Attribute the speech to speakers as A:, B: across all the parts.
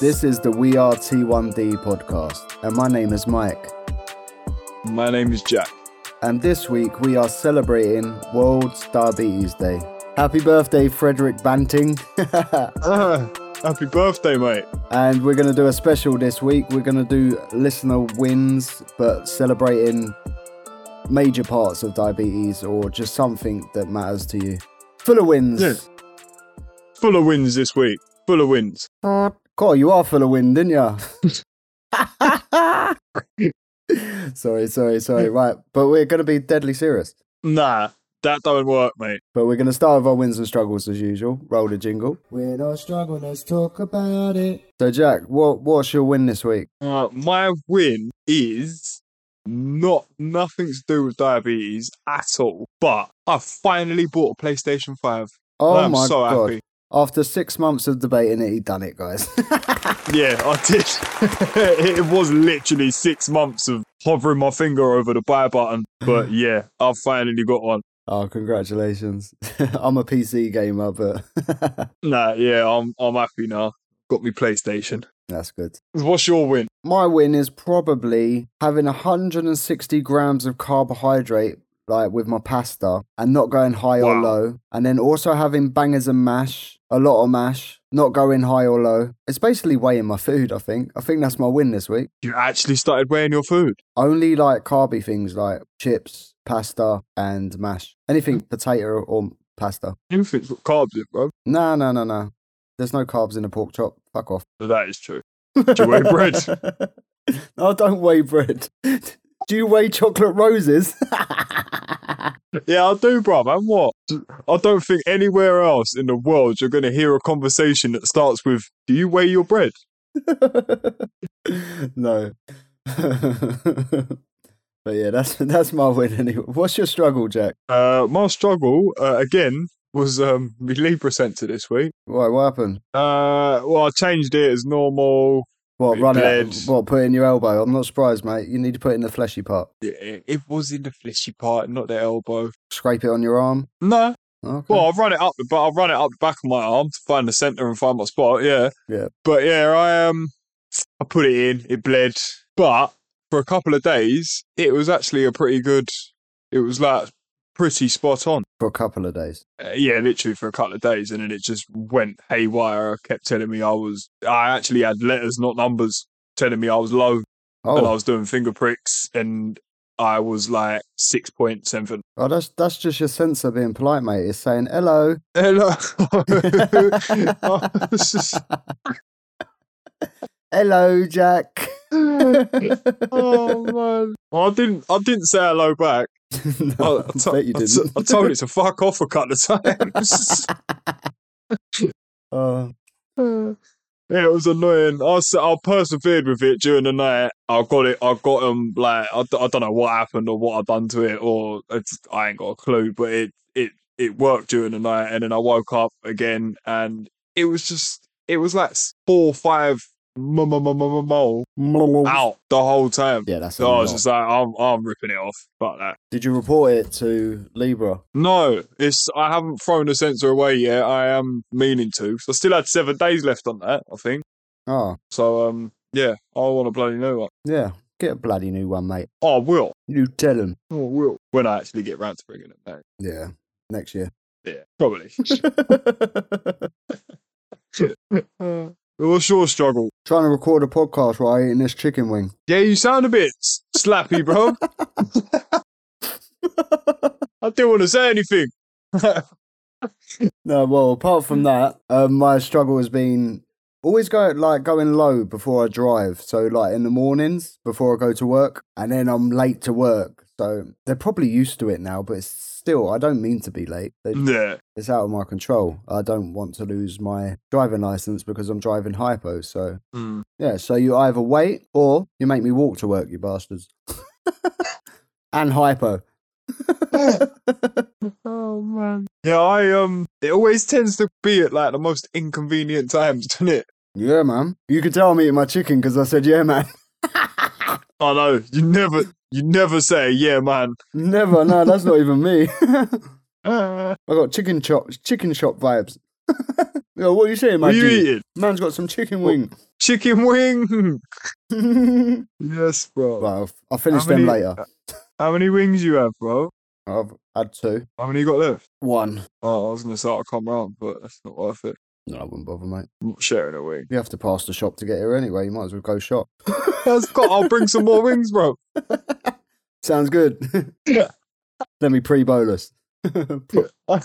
A: This is the We Are T1D podcast, and my name is Mike.
B: My name is Jack.
A: And this week we are celebrating World Diabetes Day. Happy birthday, Frederick Banting.
B: Ah, happy birthday, mate.
A: and we're going to do a special this week. We're going to do listener wins, but celebrating major parts of diabetes or just something that matters to you. Full of wins.
B: Yeah. Full of wins this week. Full of wins.
A: Cool, you are full of wind, didn't you? sorry, sorry, sorry. Right, but we're going to be deadly serious.
B: Nah, that don't work, mate.
A: But we're going to start with our wins and struggles as usual. Roll the jingle. We're not struggling, let's talk about it. So, Jack, what what's your win this week?
B: Uh, my win is not nothing to do with diabetes at all. But I finally bought a PlayStation Five.
A: Oh
B: I'm
A: my
B: so
A: god!
B: happy.
A: After six months of debating it, he done it, guys.
B: Yeah, I did. it was literally six months of hovering my finger over the buy button. But yeah, I've finally got one.
A: oh, congratulations! I'm a PC gamer, but
B: Nah, yeah, I'm I'm happy now. Got me PlayStation.
A: that's good.
B: What's your win?
A: my win is probably having 160 grams of carbohydrate like with my pasta and not going high or
B: Wow.
A: low and then also having bangers and mash a lot of mash not going high or low it's basically weighing my food i think i think that's my win this week
B: You actually started weighing your food.
A: only like carby things like chips pasta and mash anything potato or pasta
B: You think it's carbs, in, bro?
A: no no no no there's no carbs in a pork chop fuck off
B: That is true. Do you weigh bread?
A: No, I don't weigh bread. Do you weigh chocolate roses?
B: Yeah, I do, bro. And what? I don't think anywhere else in the world you're going to hear a conversation that starts with "Do you weigh your bread?"
A: no. but yeah, that's that's my win anyway. What's your struggle, Jack?
B: Uh, my struggle uh, again was um, my Libra sensor this week.
A: What, what happened?
B: Uh, well, I changed it as normal.
A: What
B: You
A: run
B: bled.
A: it? What put in your elbow? I'm not surprised, mate. You need to put it in the fleshy part.
B: It, it was in the fleshy part, not the elbow.
A: Scrape it on your arm.
B: No,
A: Okay.
B: well, I've run it up, the- but I've run it up the back of my arm to find the center and find my spot. Yeah,
A: Yeah.
B: But yeah, I um, I put it in. It bled, but for a couple of days, it was actually a pretty good. It was like pretty spot on.
A: For a couple of days.
B: Uh, yeah, literally for a couple of days, and then it just went haywire. I kept telling me I was. I actually had letters, not numbers, telling me I was low, and I
A: Oh,
B: was doing finger pricks, and I was like six point something.
A: oh, that's that's just your sensor being polite, mate. It's saying hello.
B: Hello. I was just-
A: hello, Jack.
B: oh man! Well, I didn't. I didn't say hello back. I,
A: no,
B: I
A: I
B: to-
A: bet you
B: I to-
A: didn't.
B: I told it to fuck off a couple of times.
A: Oh,
B: yeah, it was annoying. I, s- I persevered with it during the night. I got it. I got um like I, d- I don't know what happened or what I done to it or it's, I ain't got a clue. But it it it worked during the night, and then I woke up again, and it was just it was like s- four or five mo- mo- mo- mo- mo- mole out the whole time.
A: yeah, that's. a
B: So Oh, I was
A: lot.
B: just like, I'm I'm ripping it off. Fuck that.
A: Did you report it to Libra?
B: No, it's I haven't thrown the sensor away yet. I am meaning to. So I still had seven days left on that, I think.
A: Oh,
B: So um, yeah, I want a bloody new one.
A: yeah. Get a bloody new one, mate.
B: I will.
A: You tell him.
B: I will when I actually get round to bringing it back.
A: Yeah, next year.
B: Yeah, probably. What's your struggle?
A: Trying to record a podcast while eating this chicken wing.
B: Yeah, you sound a bit s- slappy, bro. I didn't want to say anything.
A: No, well, apart
B: Hmm.
A: from that, um, my struggle has been always go like going low before I drive. So like in the mornings before I go to work, and then I'm late to work. So they're probably used to it now, but it's still I don't mean to be late. They-
B: yeah,
A: It's out of my control. I don't want to lose my driving license because I'm driving hypo. So
B: Mm.
A: yeah, so you either wait or you make me walk to work, you bastards. and hypo.
B: Oh man. Yeah, I um, it always tends to be at like the most inconvenient times, doesn't it?
A: Yeah, man. You could tell I'm eating my chicken because I said yeah, man.
B: I know you never, you never say, yeah, man.
A: Never. No, that's not even me. I
B: Uh,
A: Ah, got chicken chop, chicken shop vibes. Yo, what are you saying, my
B: What are you
A: dude?
B: eating?
A: Man's got some chicken
B: What-
A: wing.
B: Chicken wing.
A: right,
B: yes, bro.
A: I'll, I'll finish
B: How
A: them
B: many-
A: later.
B: How many wings you have, bro?
A: I've had two.
B: How many you got left?
A: One.
B: Oh, I was gonna say I'll come round, but that's not worth it.
A: No, I wouldn't bother, mate.
B: I'm not sharing a wing.
A: You have to pass the shop to get here anyway. You might as well go shop.
B: That's got. I'll bring some more wings, bro.
A: Sounds good.
B: Yeah.
A: Let me pre-bolus. Pro-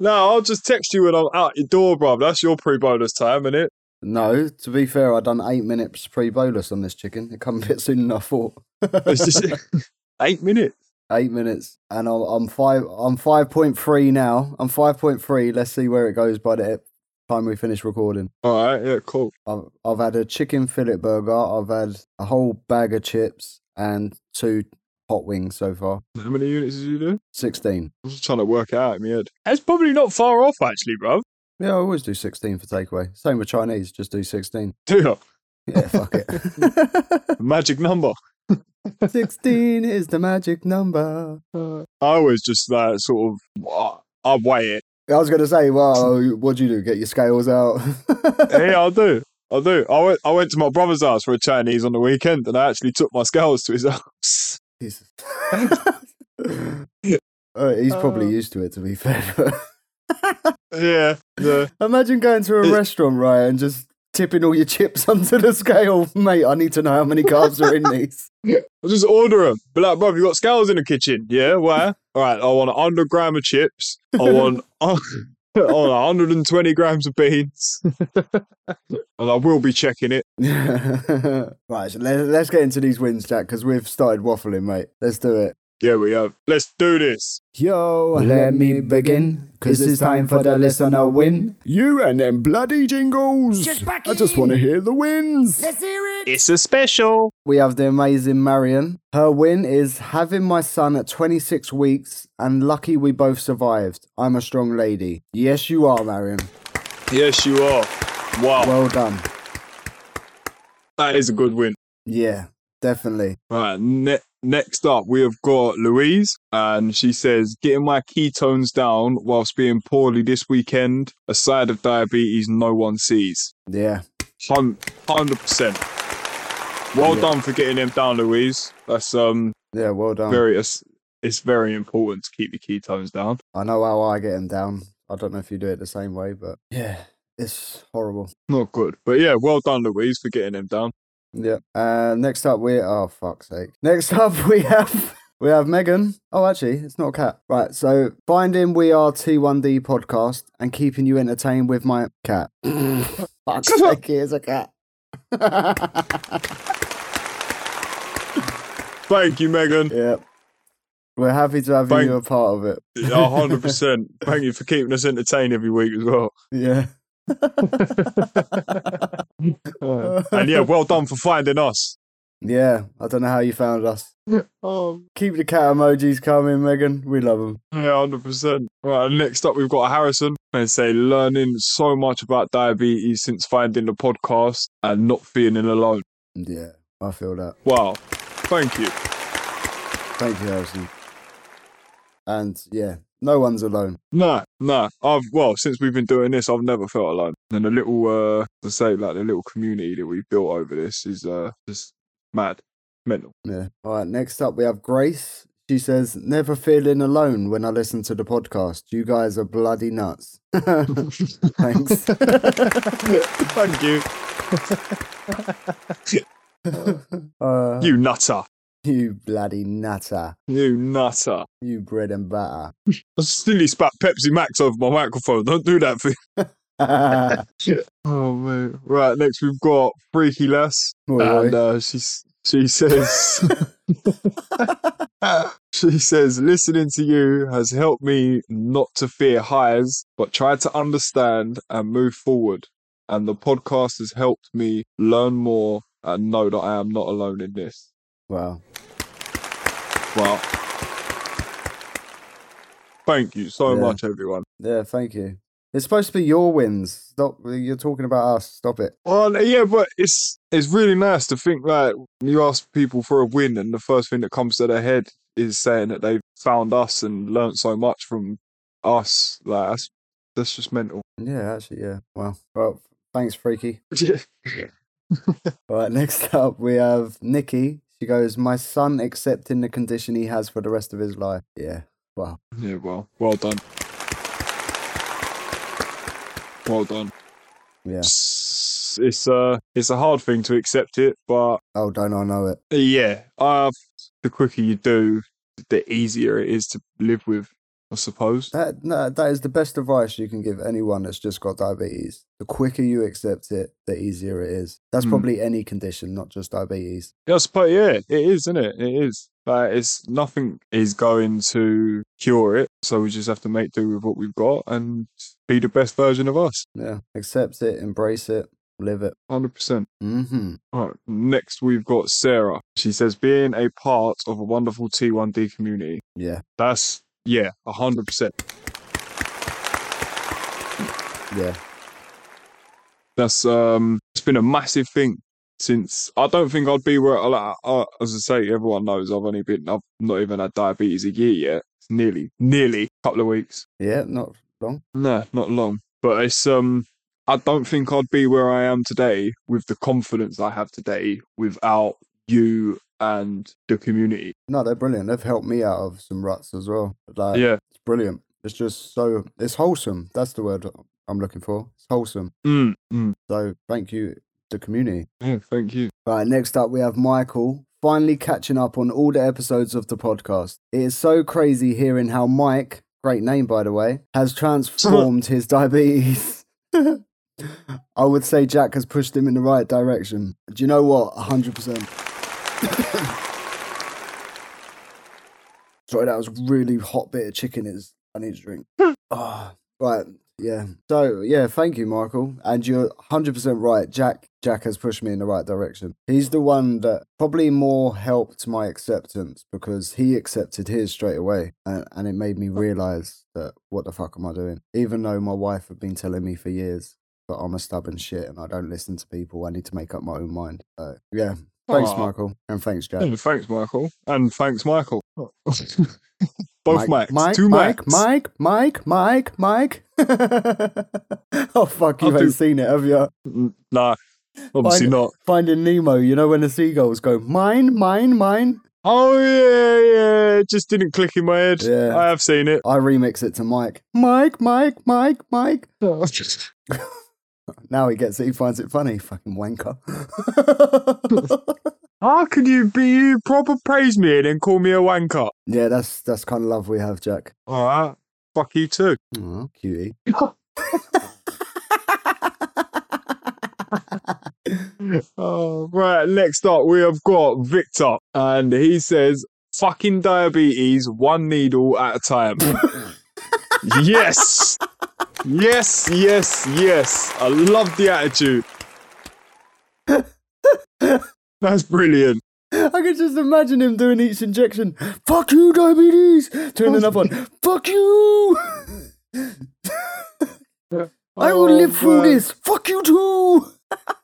B: No, I'll just text you when I'm out your door, bro. That's your pre-bonus time, innit?
A: no, to be fair, I done eight minutes pre-bolus on this chicken. It come a bit sooner than I thought.
B: It's just eight minutes.
A: eight minutes, and I'm, I'm five. I'm five point three now. I'm five point three. Let's see where it goes by the time we finish recording.
B: All right, yeah, cool.
A: I've I've had a chicken fillet burger. I've had a whole bag of chips and two hot wings so far.
B: How many units did you do?
A: Sixteen.
B: I'm just trying to work it out in my head. That's probably not far off, actually, bro.
A: Yeah, I always do sixteen for takeaway. Same with Chinese. Just do sixteen.
B: Do you?
A: Yeah, fuck it.
B: Magic number.
A: sixteen is the magic number.
B: I always just like sort of I- I weigh it.
A: I was gonna say, well, what do you do? Get your scales out. Eh?
B: yeah, I do. I do. I went. I went to my brother's house for a Chinese on the weekend, and I actually took my scales to his house.
A: Jesus. Uh, he's probably
B: Uh.
A: used to it, to be fair.
B: yeah. Yeah.
A: Imagine going to a
B: It-
A: restaurant, right, and just tipping all your chips onto the scale, mate. I need to know how many carbs are in these.
B: I just order them. Be like, bro, you got scales in the kitchen? Yeah. Where? All right. I want 100 gram of chips. I want. I want 120 grams of beans, and I will be checking it.
A: right, so let, let's get into these wins, Jack, because we've started waffling, mate. Let's do it.
B: Yeah, we have. Let's do this.
A: Yo,
C: Let me begin, 'cause it's time for the listener win.
A: You and them bloody jingles.
C: Just back
A: I just
C: in.
A: want to hear the wins.
C: hear it.
B: It's a special.
A: We have the amazing Marion. Her win is having my son at 26 weeks and lucky we both survived. I'm a strong lady. Yes, you are, Marion.
B: Yes, you are. Wow,
A: Well done.
B: that is a good win.
A: Yeah, definitely.
B: Right, ne- next up, we have got Louise, and she says, Getting my ketones down whilst being poorly this weekend, a side of diabetes no one sees.
A: Yeah.
B: Hun- 100%. Well
A: Yeah.
B: done for getting them down, Louise. That's um
A: Yeah, well done.
B: very, it's, it's very important to keep your ketones down.
A: I know how I get him down. I don't know if you do it the same way, but yeah, it's horrible.
B: Not good. But yeah, well done, Louise, for getting them down.
A: Yeah. Uh, next up, we oh fuck's sake. Next up, we have we have Megan. Oh, actually, it's not a cat. Right. So finding we are T1D podcast and keeping you entertained with my cat. fuck's sake, here's a cat.
B: Thank you, Megan.
A: yeah. We're happy to have
B: Thank-
A: you a part of it.
B: Yeah, 100%. Thank you for keeping us entertained every week as well.
A: Yeah.
B: And yeah, well done for finding us.
A: Yeah. I don't know how you found us.
B: Oh,
A: Keep the cat emojis coming, Megan. We love them.
B: yeah, 100%. Right, next up, we've got Harrison. They say, learning so much about diabetes since finding the podcast and not feeling alone.
A: Yeah. I feel that.
B: Wow. Thank you.
A: Thank you, Harrison. And yeah, no one's alone.
B: Nah, nah. I've well, since we've been doing this, I've never felt alone. And the little, uh, to say like the little community that we've built over this is uh just mad, mental.
A: Yeah. All right. Next up, we have Grace. She says, "Never feeling alone when I listen to the podcast. You guys are bloody nuts." Thanks.
B: Thank you,
A: Uh,
B: you nutter,
A: you bloody nutter.
B: you nutter.
A: You bread and batter.
B: I silly spat Pepsi Max over my microphone. Don't do that for
A: Oi,
B: Oh man! Right next we've got Freaky Lass,
A: oi.
B: and uh, she she says she says listening to you has helped me not to fear highs, but try to understand and move forward. And the podcast has helped me learn more and know that I am not alone in this.
A: Wow.
B: Well, thank you so
A: Yeah.
B: much, everyone.
A: Yeah. Thank you. It's supposed to be your wins. Stop. You're talking about us. Stop it.
B: Well, yeah, but it's it's really nice to think like you ask people for a win, and the first thing that comes to their head is saying that they found us and learnt so much from us. Like that's That's just mental.
A: Yeah, actually, yeah. Well, well, thanks, Freaky.
B: Yeah.
A: All right, next up we have Nikki. She goes, "My son accepting the condition he has for the rest of his life." Yeah. Wow.
B: Yeah, well, well done. Well done.
A: Yeah.
B: It's, it's uh, it's a hard thing to accept it, but
A: Oh, don't I know it?
B: yeah, uh, the quicker you do, the easier it is to live with, I suppose.
A: That no, that is the best advice you can give anyone that's just got diabetes. The quicker you accept it, the easier it is. That's
B: Hmm.
A: probably any condition, not just diabetes.
B: Yeah, I suppose, yeah, it is, isn't it? It is. Like, it's nothing is going to cure it, so we just have to make do with what we've got and be the best version of us.
A: Yeah. Accept it, embrace it, live it.
B: Hundred percent.
A: Mm-hmm.
B: All right, next we've got Sarah. She says, being a part of a wonderful T1D community.
A: Yeah.
B: That's, yeah, 100%.
A: Yeah.
B: That's, um, it's been a massive thing since, I don't think I'd be where, like, I, as I say, everyone knows I've only been, I've not even had diabetes a year yet. It's nearly, nearly couple of weeks.
A: Yeah. Not long.
B: No, not long. But it's um I don't think I'd be where I am today with the confidence I have today without you and the community.
A: No, they're brilliant. They've helped me out of some ruts as well. Like,
B: Yeah.
A: it's brilliant. It's just so it's wholesome. That's the word I'm looking for. It's wholesome.
B: Mm, mm.
A: So thank you, the community.
B: Yeah, thank you.
A: Right, next up we have Michael. Finally catching up on all the episodes of the podcast. It is so crazy hearing how Mike, great name by the way, has transformed his diabetes. I would say Jack has pushed him in the right direction. Do you know what? 100%. Sorry, that was really hot bit of chicken. Is I need to drink. Ah, right. Yeah. So yeah, thank you, Michael. And you're 100 percent right. Jack Jack has pushed me in the right direction. He's the one that probably more helped my acceptance because he accepted his straight away, and, and it made me realize that what the fuck am I doing? Even though my wife had been telling me for years that I'm a stubborn shit and I don't listen to people, I need to make up my own mind. So yeah, thanks,
B: Aw.
A: Michael, and thanks, Jack.
B: And thanks, Michael. And thanks, Michael. Both Mike, Macs.
A: Oh. Mike,
B: two
A: Mike,
B: Macs.
A: Mike, Mike, Mike, Mike. oh fuck, you
B: I'll
A: ain't
B: do-
A: seen it, have you?
B: Mm, Nah, obviously
A: Mine-
B: not.
A: Finding Nemo, you know when the seagulls go, mine, mine, mine.
B: Oh, yeah, yeah. It just didn't click in my head.
A: Yeah.
B: I have seen it.
A: I remix it to Mike. Mike, Mike, Mike, Mike. Now he gets it, he finds it funny, fucking wanker.
B: How can you be you proper praise me and then call me a wanker?
A: yeah, that's that's kind of love we have, Jack.
B: All right. Fuck you too.
A: Aw, cutie.
B: Oh, right, next up we have got Victor, and he says, "Fucking diabetes, one needle at a time." yes, yes, yes, yes. I love the attitude. That's brilliant.
A: I could just imagine him doing each injection. Fuck you, diabetes. Doing another one. Fuck you. I will
B: Oh,
A: live through
B: man, Oh,
A: this. Fuck you too.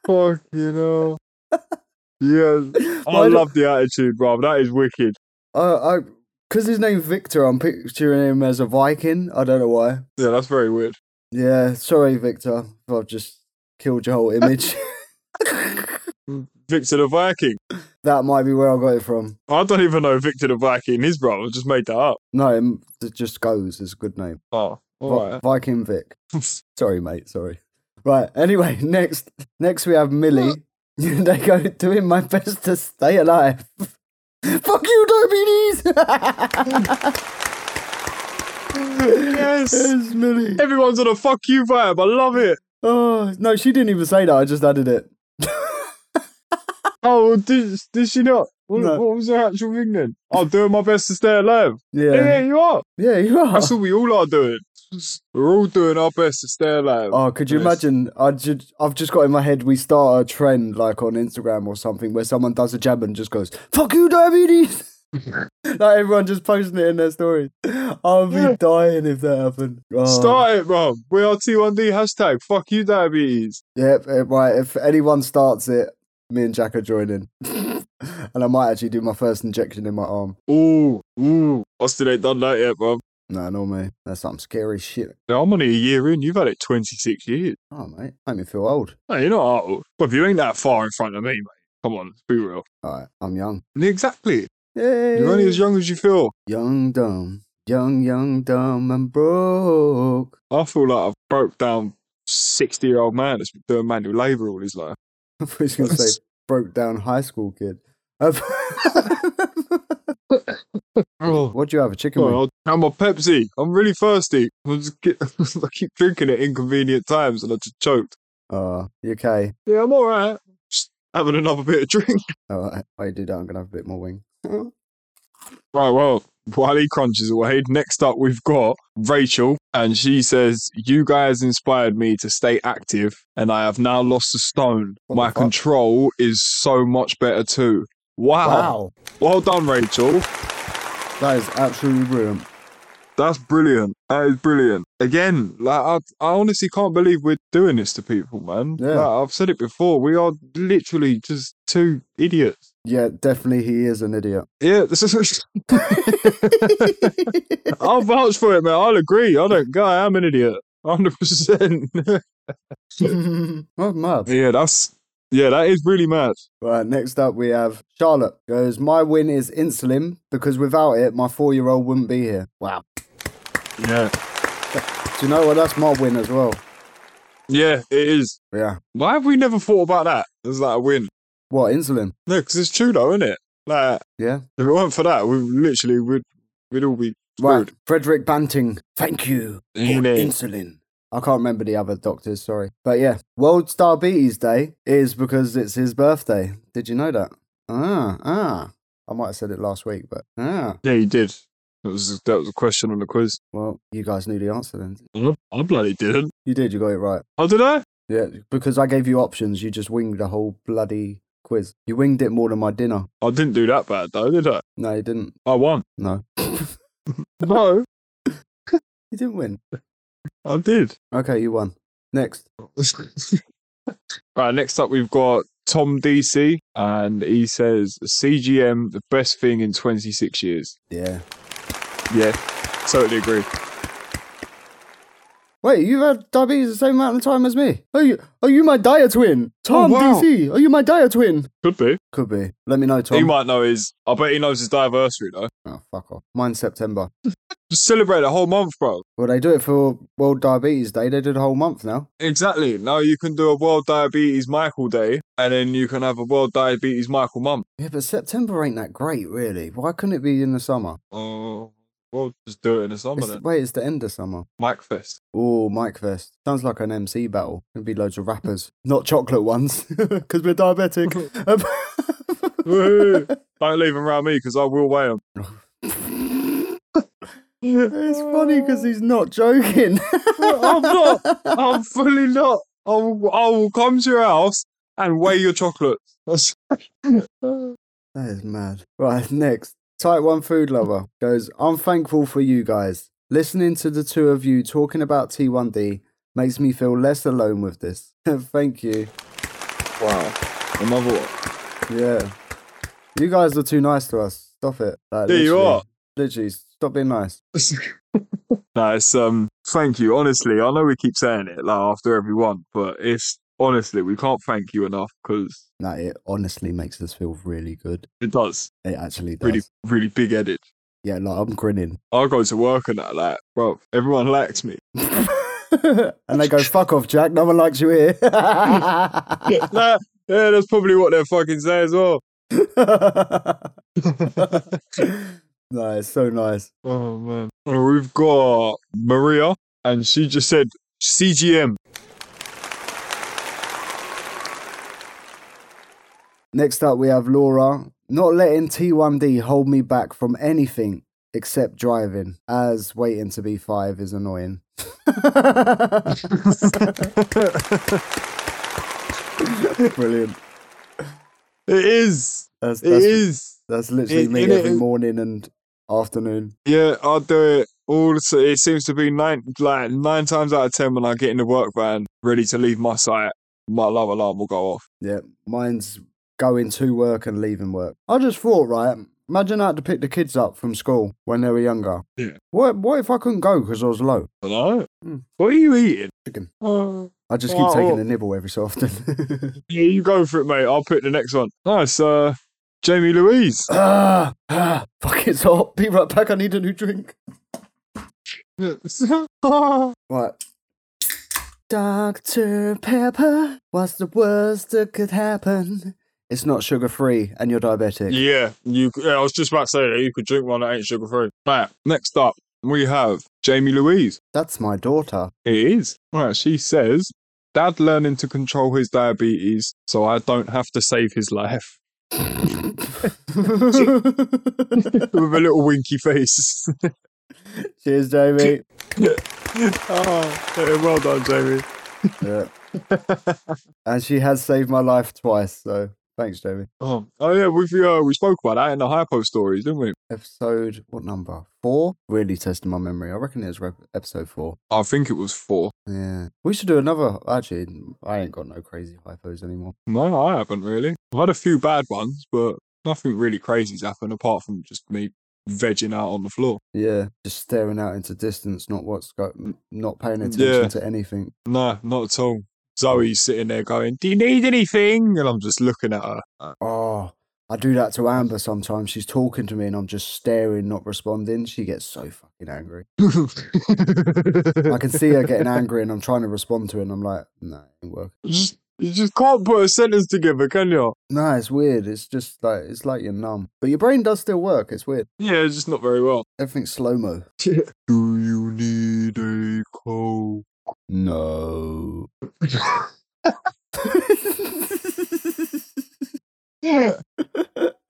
B: Fuck you know. Yes, I
A: Why do-
B: love the attitude, bro. That is wicked.
A: Uh, I, because his name's Victor, I'm picturing him as a Viking. I don't know why.
B: Yeah, that's very weird.
A: Yeah, sorry, Victor. if I've just killed your whole image.
B: Victor the Viking.
A: that might be where I got it from.
B: I don't even know Victor the Viking is, bro. I just made that up.
A: No, it- it just goes. It's a good name.
B: Oh, all
A: Vi-
B: right.
A: Viking Vic. sorry, mate. Sorry. Right. Anyway, next, next we have Millie. they go doing my best to stay alive. Fuck you, diabetes.
B: yes.
A: Yes, Millie.
B: Everyone's on a fuck you vibe. I love it.
A: Oh no, she didn't even say that. I just added it.
B: Oh, well, did, did she not? What,
A: No.
B: what was her actual thing then? I'm doing my best to stay alive. Yeah, yeah,
A: Yeah. Oh.
B: you are.
A: Yeah, you are.
B: That's what we all are doing. We're all doing our best to stay alive.
A: Oh, could you
B: Yes.
A: imagine? I just, I've just got in my head we start a trend like on Instagram or something where someone does a jab and just goes "fuck you, diabetes." like everyone just posting it in their stories. I'll be
B: Yeah.
A: dying if that happened. Oh.
B: Start it, bro. We are T1D hashtag. Fuck you, diabetes.
A: Yep. eh, Right. If anyone starts it, me and Jack are joining, and I might actually do my first injection in my arm.
B: Ooh, ooh. I still ain't done that yet, bro.
A: No, not me. That's some scary shit.
B: Now, I'm only a year in. You've had it 26 years.
A: Oh, mate. Make me feel old.
B: No, you're not old. But if you ain't that far in front of me, mate. Come on, let's be real.
A: All right. I'm young.
B: Exactly.
A: Yay.
B: You're only as young as you feel.
A: Young, dumb. Young, young, dumb, and broke.
B: I feel like I've broke down 60 year old man that's been doing manual labour all his life.
A: I thought he was going to say broke down high school kid. Uh,
B: Oh,
A: what do you have? A chicken wing?
B: God, I'm a Pepsi. I'm really thirsty. i just get, I keep drinking at inconvenient times and I just choked.
A: Oh, you okay?
B: Yeah, I'm all right. Just having another bit of drink.
A: All right. While you do that, I'm going to have a bit more wing.
B: Right, well, while he crunches away, next up we've got Rachel, and she says, You guys inspired me to stay active, and I have now lost a stone.
A: What
B: My
A: the fuck?
B: control is so much better too. Wow. Well done, Rachel.
A: That is absolutely brilliant.
B: That's brilliant. That is brilliant. Again, like I, I honestly can't believe we're doing this to people, man.
A: Yeah.
B: Like, I've said it before. We are literally just two idiots.
A: Yeah, definitely he is an idiot.
B: Yeah, this is. I'll vouch for it, man. I'll agree. I don't go. I'm an idiot. 100%.
A: What Oh, mad.
B: yeah, that's. Yeah, that is really mad.
A: Right, next up we have Charlotte. Goes, my win is insulin because without it, my four-year-old wouldn't be here. Wow.
B: Yeah.
A: Do you know what? That's my win as well.
B: Yeah, it is.
A: Yeah.
B: Why have we never thought about that? It's like a win.
A: What insulin?
B: No, because it's true, though, isn't it? Like,
A: Yeah.
B: if it weren't for that, we literally would. We'd all be.
A: Right.
B: Rude.
A: Frederick Banting. Thank you. for insulin. I can't remember the other doctors. Sorry, but yeah, World Diabetes Day is because it's his birthday. Did you know that? Ah, ah. I might have said it last week, but ah.
B: Yeah, you did. That was that was a question on the quiz.
A: Well, you guys knew the answer then.
B: I bloody didn't.
A: You did. You got it right.
B: Oh, did I?
A: Yeah, because I gave you options. You just winged the whole bloody quiz. You winged it more than my dinner.
B: I didn't do that bad though, did I?
A: No, you didn't.
B: I won.
A: No, you
B: No,
A: didn't win.
B: I did.
A: Okay, you won. Next.
B: right. Next up, we've got Tom DC, and he says CGM the best thing in 26 years.
A: Yeah.
B: Yeah, totally agree.
A: Wait, you've had diabetes the same amount of time as me. Are you? Are you my dia twin? Tom
B: Oh, wow.
A: DC. Are you my dia twin?
B: Could be.
A: Could be. Let me know, Tom.
B: He might know his. I bet he knows his anniversary though.
A: Oh, fuck off. Mine's September.
B: Just celebrate a whole month, bro.
A: Well, they do it for World Diabetes Day. They do the whole month now.
B: Exactly. Now you can do a World Diabetes Michael Day, and then you can have a World Diabetes Michael month.
A: Yeah, but September ain't that great, really. Why couldn't it be in the summer?
B: Oh, well, just do it in the summer
A: It's
B: then.
A: the, wait, it's the end of summer.
B: Mike Fest.
A: Oh, Mike Fest. Sounds like an MC battle. It'd be loads of rappers. Not chocolate ones, because we're diabetic. Um,
B: Woo! Don't leave them around me because I will weigh them.
A: it's funny because he's not joking.
B: I'm not. I'm fully not. I will, I will come to your house and weigh your chocolates. That's-
A: That is mad. Right, next. Type 1 food lover goes, I'm thankful for you guys. Listening to the two of you talking about T1D makes me feel less alone with this. Thank you.
B: wow. Another one.
A: Yeah. You guys are too nice to us. Stop it. Like,
B: Yeah, you
A: literally.
B: are.
A: Literally, stop being nice.
B: nice. Um, thank you. Honestly, I know we keep saying it like after every one, but it's honestly we can't thank you enough because
A: No, it honestly makes us feel really good.
B: it does
A: It actually does.
B: really, really big edit.
A: Yeah, like I'm grinning.
B: I go to work and that, like, bro, everyone likes me.
A: and they go, fuck off, Jack. No one likes you here.
B: Nah, yeah, that's probably what they're fucking saying as well.
A: no, it's so nice.
B: Oh man. We've got Maria and she just said CGM.
A: Next up, we have Laura. Not letting T1D hold me back from anything except driving, as waiting to be five is annoying. Brilliant.
B: It is.
A: That's,
B: It
A: that's,
B: is.
A: that's literally
B: it-
A: me
B: it-
A: every
B: it-
A: morning and afternoon.
B: Yeah, I'll do it all so it seems to be nine like nine times out of ten when I get in the work van ready to leave my site, my love alarm will go off.
A: Yeah, mine's going to work and leaving work. I just thought, right, Imagine I had to pick the kids up from school when they were younger.
B: Yeah.
A: What, what if I couldn't go because I was low?
B: Hello?
A: Hmm.
B: What are you eating?
A: Chicken.
B: Oh.
A: I just keep
B: Oh,
A: taking
B: oh.
A: a nibble every so often.
B: Yeah, you go for it, mate. I'll pick the next one. Nice, uh, Jamie Louise.
A: ah, ah, fuck, it's hot. Be right back. I need a new drink.
B: That's
A: Right. Dr. Pepper, what's the worst that could happen? It's not sugar free and you're diabetic.
B: Yeah, you. Yeah, I was just about to say that you could drink one that ain't sugar free. Right, next up we have Jamie Louise.
A: That's my daughter.
B: It is right. She says, "Dad learning to control his diabetes, so I don't have to save his life." With a little winky face.
A: Cheers, Jamie.
B: oh, yeah, well done, Jamie.
A: yeah. And she has saved my life twice, so thanks, Jamie.
B: Oh, oh yeah, we uh, we spoke about that in the hypo stories, didn't we?
A: Episode, what number? Four? Really testing my memory. I reckon it was rep- episode four.
B: I think it was four.
A: Yeah. We should do another. Actually, I ain't got no crazy hypos anymore.
B: No, I haven't really. I've had a few bad ones, but nothing really crazy's happened apart from just me vegging out on the floor.
A: Yeah. Just staring out into distance, not what's go- n- not paying attention
B: Yeah.
A: to anything.
B: No, not at all. Zoe's sitting there going, Do you need anything? And I'm just looking at her. Uh,
A: Oh, I do that to Amber sometimes. She's talking to me and I'm just staring, not responding. She gets so fucking angry. I can see her getting angry and I'm trying to respond to it and I'm like, no, it ain't working.
B: just, you just can't put a sentence together, can you?
A: No, it's weird. It's just like it's like you're numb, but your brain does still work. It's weird.
B: Yeah, it's just not very well.
A: Everything's slow mo.
B: Do you need a coke?
A: No.
B: yeah.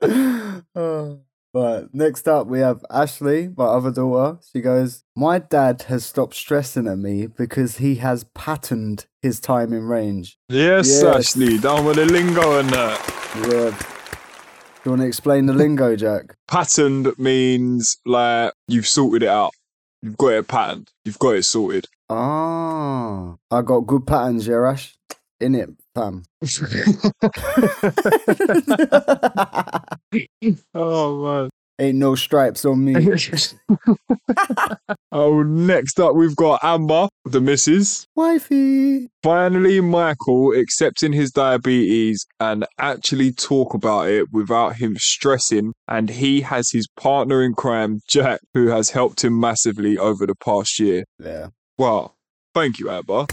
A: oh. But next up, we have Ashley, my other daughter. She goes, "My dad has stopped stressing at me because he has patterned his time in range."
B: Yes,
A: Yes.
B: Ashley, down with the lingo and that.
A: Yeah. Do you want to explain the lingo, Jack?
B: patterned means like you've sorted it out. You've got it patterned. You've got it sorted.
A: Ah, I got good patterns, yeah, Ash. In it, fam.
B: oh
A: Ain't no stripes on me.
B: man. oh, next up we've got Amber, the missus.
A: Wifey.
B: Finally, Michael accepting his diabetes and actually talk about it without him stressing. And he has his partner in crime, Jack, who has helped him massively over the past year.
A: Yeah.
B: Well, thank you, Amber.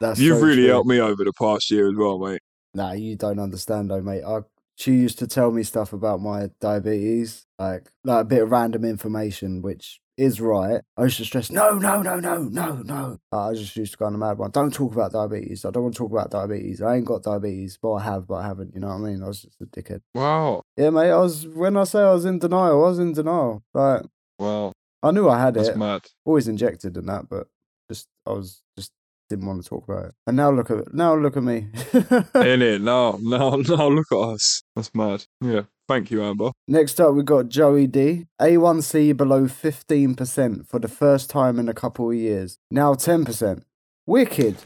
A: That's
B: You've
A: so
B: really
A: true.
B: helped me over the past year as well, mate.
A: Nah, you don't understand though, mate. I she used to tell me stuff about my diabetes, like like a bit of random information, which is right. I used to stress, no, no, no, no, no, no. I just used to go on a mad one. Don't talk about diabetes. I don't want to talk about diabetes. I ain't got diabetes, but I have, but I haven't. You know what I mean? I was just a dickhead.
B: Wow.
A: Yeah, mate. I was when I say I was in denial, I was in denial. Like
B: Wow.
A: I knew I had
B: That's
A: it.
B: mad.
A: always injected and that, but just I was just didn't want to talk about it. And now look at now look at me.
B: In it now, now, now. Look at us. That's mad. Yeah. Thank you, Amber.
A: Next up, we got Joey D. A1C below 15% for the first time in a couple of years. Now 10%. Wicked.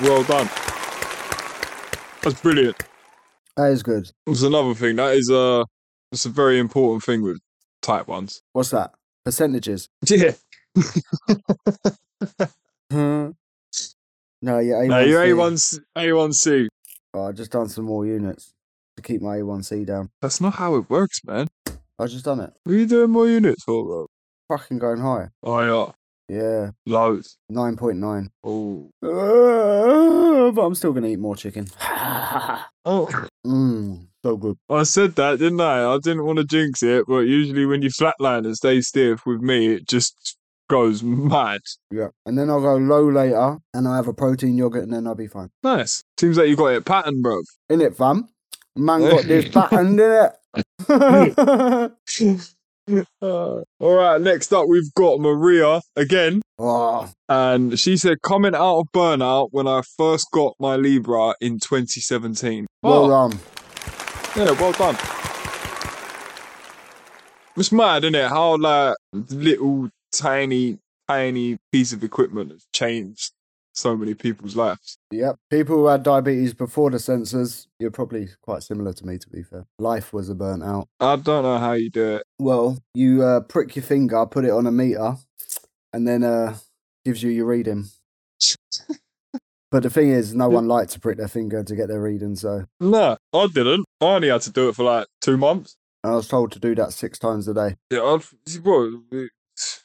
B: Well done. That's brilliant.
A: That is good.
B: That's another thing. That is a. That's a very important thing with type ones.
A: What's that? Percentages.
B: Yeah.
A: Hmm. No, yeah, A1C.
B: No, your A1, A1C.
A: Oh, I just done some more units to keep my A1C down.
B: That's not how it works, man.
A: I just done it.
B: What are you doing more units for, bro?
A: Fucking going high.
B: Oh
A: Yeah,
B: yeah, loads.
A: 9.9.
B: Oh.
A: Uh, but I'm still going to eat more chicken.
B: Oh.
A: Mmm, so good.
B: I said that, didn't I? I didn't want to jinx it, but usually when you flatline and stay stiff with me, it just goes mad.
A: Yeah. And then I'll go low later and I have a protein yogurt and then I'll be fine.
B: Nice. Seems like you got it patterned, bro.
A: In it, fam. Man got this pattern, did it?
B: Uh, all right, next up we've got Maria again.
A: oh,
B: And she said, coming out of burnout when I first got my Libra in 2017.
A: well
B: Oh,
A: done.
B: Yeah, well done. It's mad, isn't it? How like little tiny, tiny piece of equipment has changed so many people's lives.
A: Yep. People who had diabetes before the sensors, you're probably quite similar to me, to be fair. Life was a burnt out.
B: I don't know how you do it.
A: Well, you uh, prick your finger, put it on a meter, and then uh, gives you your reading. but the thing is, no one liked to prick their finger to get their reading, so
B: No, I didn't. I only had to do it for like two months.
A: I was told to do that six times a day.
B: Yeah, I'd, well, it's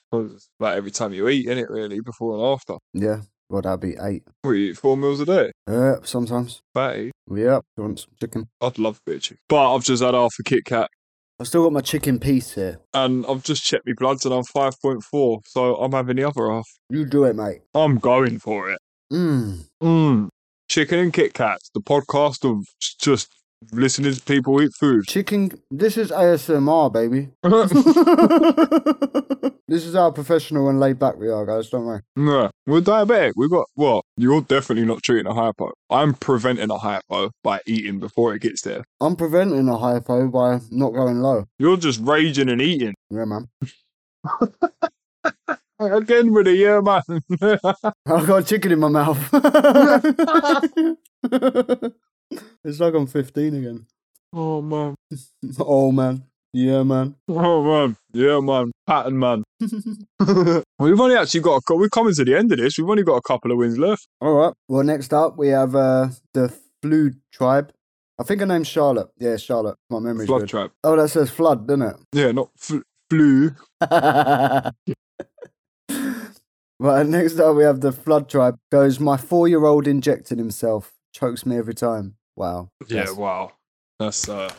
B: like every time you eat, innit, really, before and after.
A: Yeah. Well, that'd be eight.
B: What, you eat four meals a day?
A: Yep, sometimes.
B: Fatty.
A: Yep. You want some chicken?
B: I'd love a bit of chicken. But I've just had half a Kit Kat
A: I've still got my chicken piece here.
B: and I've just checked my bloods and I'm 5.4, so I'm having the other half.
A: You do it, mate.
B: I'm going for it.
A: Mmm.
B: Mm. Chicken and Kit Kats, the podcast of j- just listening to people eat food.
A: Chicken. This is ASMR, baby. this is how professional and laid back we are, guys. Don't worry.
B: no, we're diabetic. We've got what? You're definitely not treating a hypo. I'm preventing a hypo by eating before it gets there.
A: I'm preventing a hypo by not going low.
B: You're just raging and eating.
A: Yeah, man.
B: Again with a year, man.
A: I've got chicken in my mouth. it's like I'm 15 again.
B: oh, man.
A: Oh, man. Yeah, man.
B: Oh, man. Yeah, man. Pattern, man. we've only actually got a cou- We're coming to the end of this. We've only got a couple of wins left.
A: All right. Well, next up, we have uh, the Flu Tribe. I think her name's Charlotte. Yeah, Charlotte. My memory's
B: Flood
A: good.
B: trap.
A: oh, that says Flood, doesn't it?
B: Yeah, not fl- flu.
A: right, next up we have the Flood Tribe. Goes, my four year old injected himself. Chokes me every time. Wow.
B: Yeah, wow. That's uh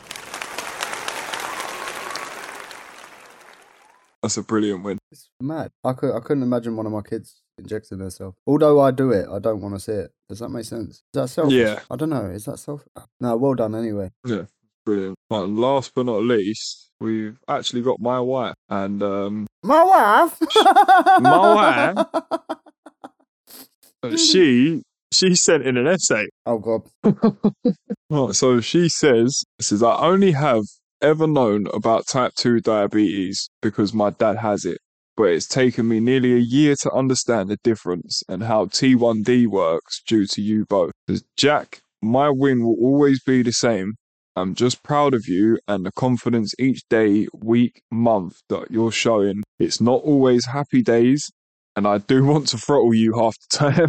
B: That's a brilliant win.
A: It's mad. I, could, I couldn't imagine one of my kids injecting herself. Although I do it, I don't want to see it. Does that make sense? Is that selfish?
B: Yeah.
A: I don't know. Is that selfish? No, well done anyway.
B: Brilliant. Right, last but not least, we've actually got my wife and um
A: My wife!
B: My she she sent in an essay.
A: Oh, God.
B: Right, so she says this is I only have ever known about type two diabetes because my dad has it. But it's taken me nearly a year to understand the difference and how T1D works due to you both. Says, Jack, my win will always be the same. I'm just proud of you and the confidence each day, week, month that you're showing. It's not always happy days, and I do want to throttle you half the time.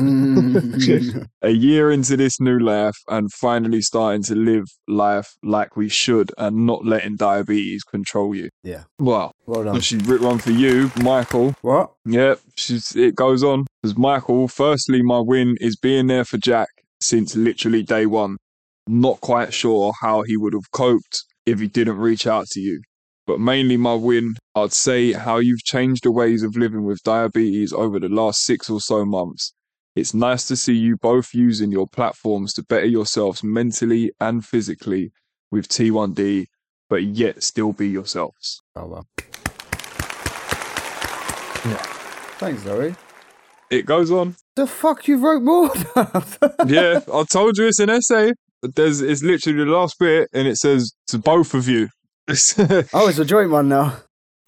A: Mm. Mm-hmm.
B: a year into this new life and finally starting to live life like we should and not letting diabetes control you.
A: Yeah.
B: Wow.
A: well done.
B: And she wrote one for you, Michael.
A: What?
B: Yep. She's, it goes on. Because Michael, firstly, my win is being there for Jack since literally day one. Not quite sure how he would have coped if he didn't reach out to you. But mainly my win, I'd say how you've changed the ways of living with diabetes over the last six or so months. It's nice to see you both using your platforms to better yourselves mentally and physically with T1D, but yet still be yourselves.
A: Oh, well. Thanks, Zoe.
B: It goes on.
A: The fuck you wrote more?
B: yeah, I told you it's an essay. There's it's literally the last bit, and it says to both of you. yeah,
A: Oh, it's a joint one now.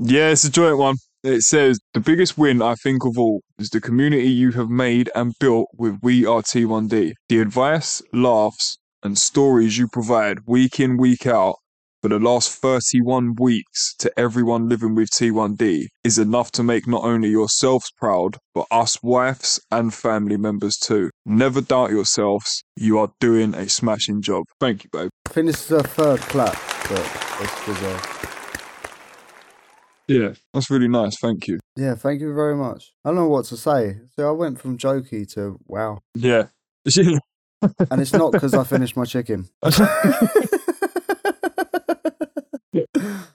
B: it's a joint one. It says the biggest win I think of all is the community you have made and built with We Are T1D. The advice, laughs, and stories you provide week in week out for the last 31 weeks to everyone living with T1D is enough to make not only yourselves proud, but us wives and family members too. Never doubt yourselves. You are doing a smashing job. Thank you, babe.
A: I think this is a third clap, but it's deserved.
B: Yeah. That's really nice. Thank you.
A: Yeah, thank you very much. I don't know what to say. So I went from jokey to wow.
B: Yeah.
A: And it's not because I finished my chicken.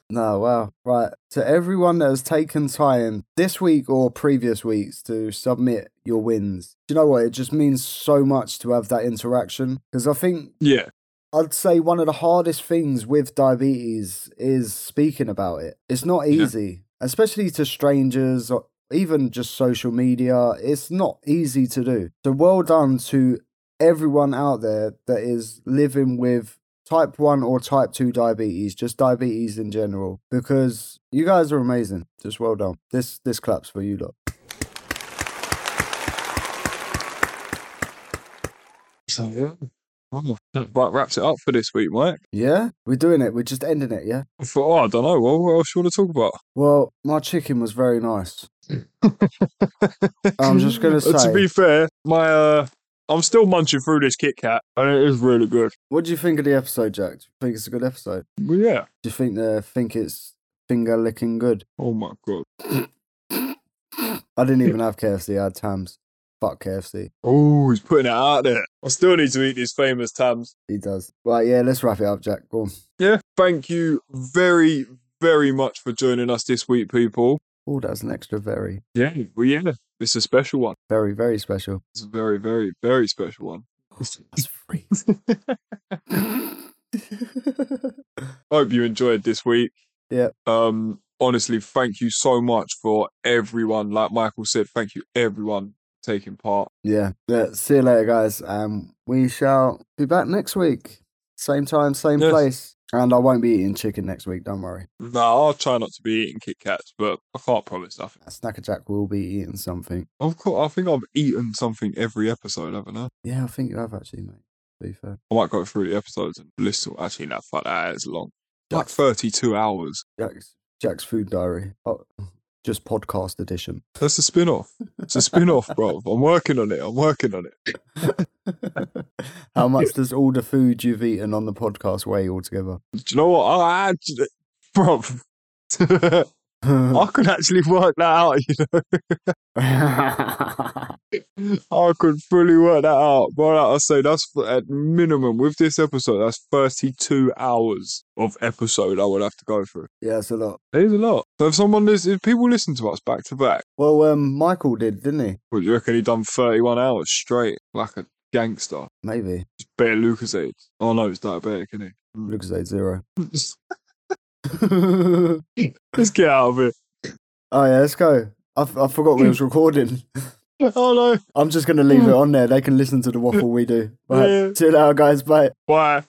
A: No, wow. Right. To everyone that has taken time this week or previous weeks to submit your wins, do you know what? It just means so much to have that interaction. Because I think
B: yeah.
A: I'd say one of the hardest things with diabetes is speaking about it. It's not
B: Yeah.
A: easy, especially to strangers or even just social media. It's not easy to do. So, well done to everyone out there that is living with type 1 or type 2 diabetes, just diabetes in general, because you guys are amazing. Just well done. This this claps for you lot.
B: so. Yeah. Oh, that about wraps it up for this week, Mike.
A: Yeah, we're doing it. We're just ending it. Yeah.
B: I thought, oh, I don't know. Well, what else you want to talk about?
A: Well, my chicken was very nice. I'm just gonna
B: Uh,
A: say.
B: to be fair, my uh, I'm still munching through this Kit Kat, and it is really good.
A: What do you think of the episode, Jack? Do you think it's a good episode?
B: But yeah.
A: Do you think the think it's finger licking good?
B: Oh my god.
A: I didn't even have KFC. I had Tams. Fuck KFC.
B: Oh, he's putting it out there. I still need to eat these famous Tams.
A: He does. Right, yeah. Let's wrap it up, Jack. Go on.
B: Yeah. Thank you very, very much for joining us this week, people.
A: Oh, that's an extra very,
B: Yeah. Well, yeah. It's a special one.
A: very, very special.
B: It's a very, very, very special one.
A: That's free.
B: hope you enjoyed this week.
A: Yeah.
B: Um. Honestly, thank you so much for everyone. Like Michael said, thank you everyone taking part.
A: yeah. Yeah. See you later, guys. Um, we shall be back next week. Same time, same
B: Yes.
A: place. And I won't be eating chicken next week. Don't worry.
B: No, I'll try not to be eating Kit Kats, but I can't promise nothing.
A: Snacker Jack will be eating something.
B: Of course, I think I've eaten something every episode, haven't I?
A: Yeah, I think you have actually, mate. To be fair.
B: I might go through the episodes and list to actually no, fuck that it's long. Like
A: Jack's-
B: thirty two hours.
A: Jack's Jack's food diary. Oh, just podcast edition.
B: That's a spin off. It's a spin off, bro. I'm working on it. I'm working on it.
A: How much does all the food you've eaten on the podcast weigh altogether?
B: Do you know what? I, I bro I could actually work that out, you know. I could fully work that out. But like I say that's for- at minimum with this episode, that's thirty two hours of episode I would have to go through.
A: yeah, it's a lot.
B: It is a lot. So if someone listen, if people listen to us back to back,
A: Well, um, Michael did, didn't he?
B: what do you reckon he done thirty one hours straight like a gangster?
A: Maybe.
B: Just better Lucasade. Oh no, it's diabetic, isn't
A: Look at zero.
B: it?
A: oh
B: Let's get out of it.
A: yeah, let's go. I, f- I forgot we was recording.
B: Oh no.
A: I'm just gonna leave it on there. They can listen to the waffle we do. Right.
B: Yeah.
A: See you later, guys. Bye.
B: Why?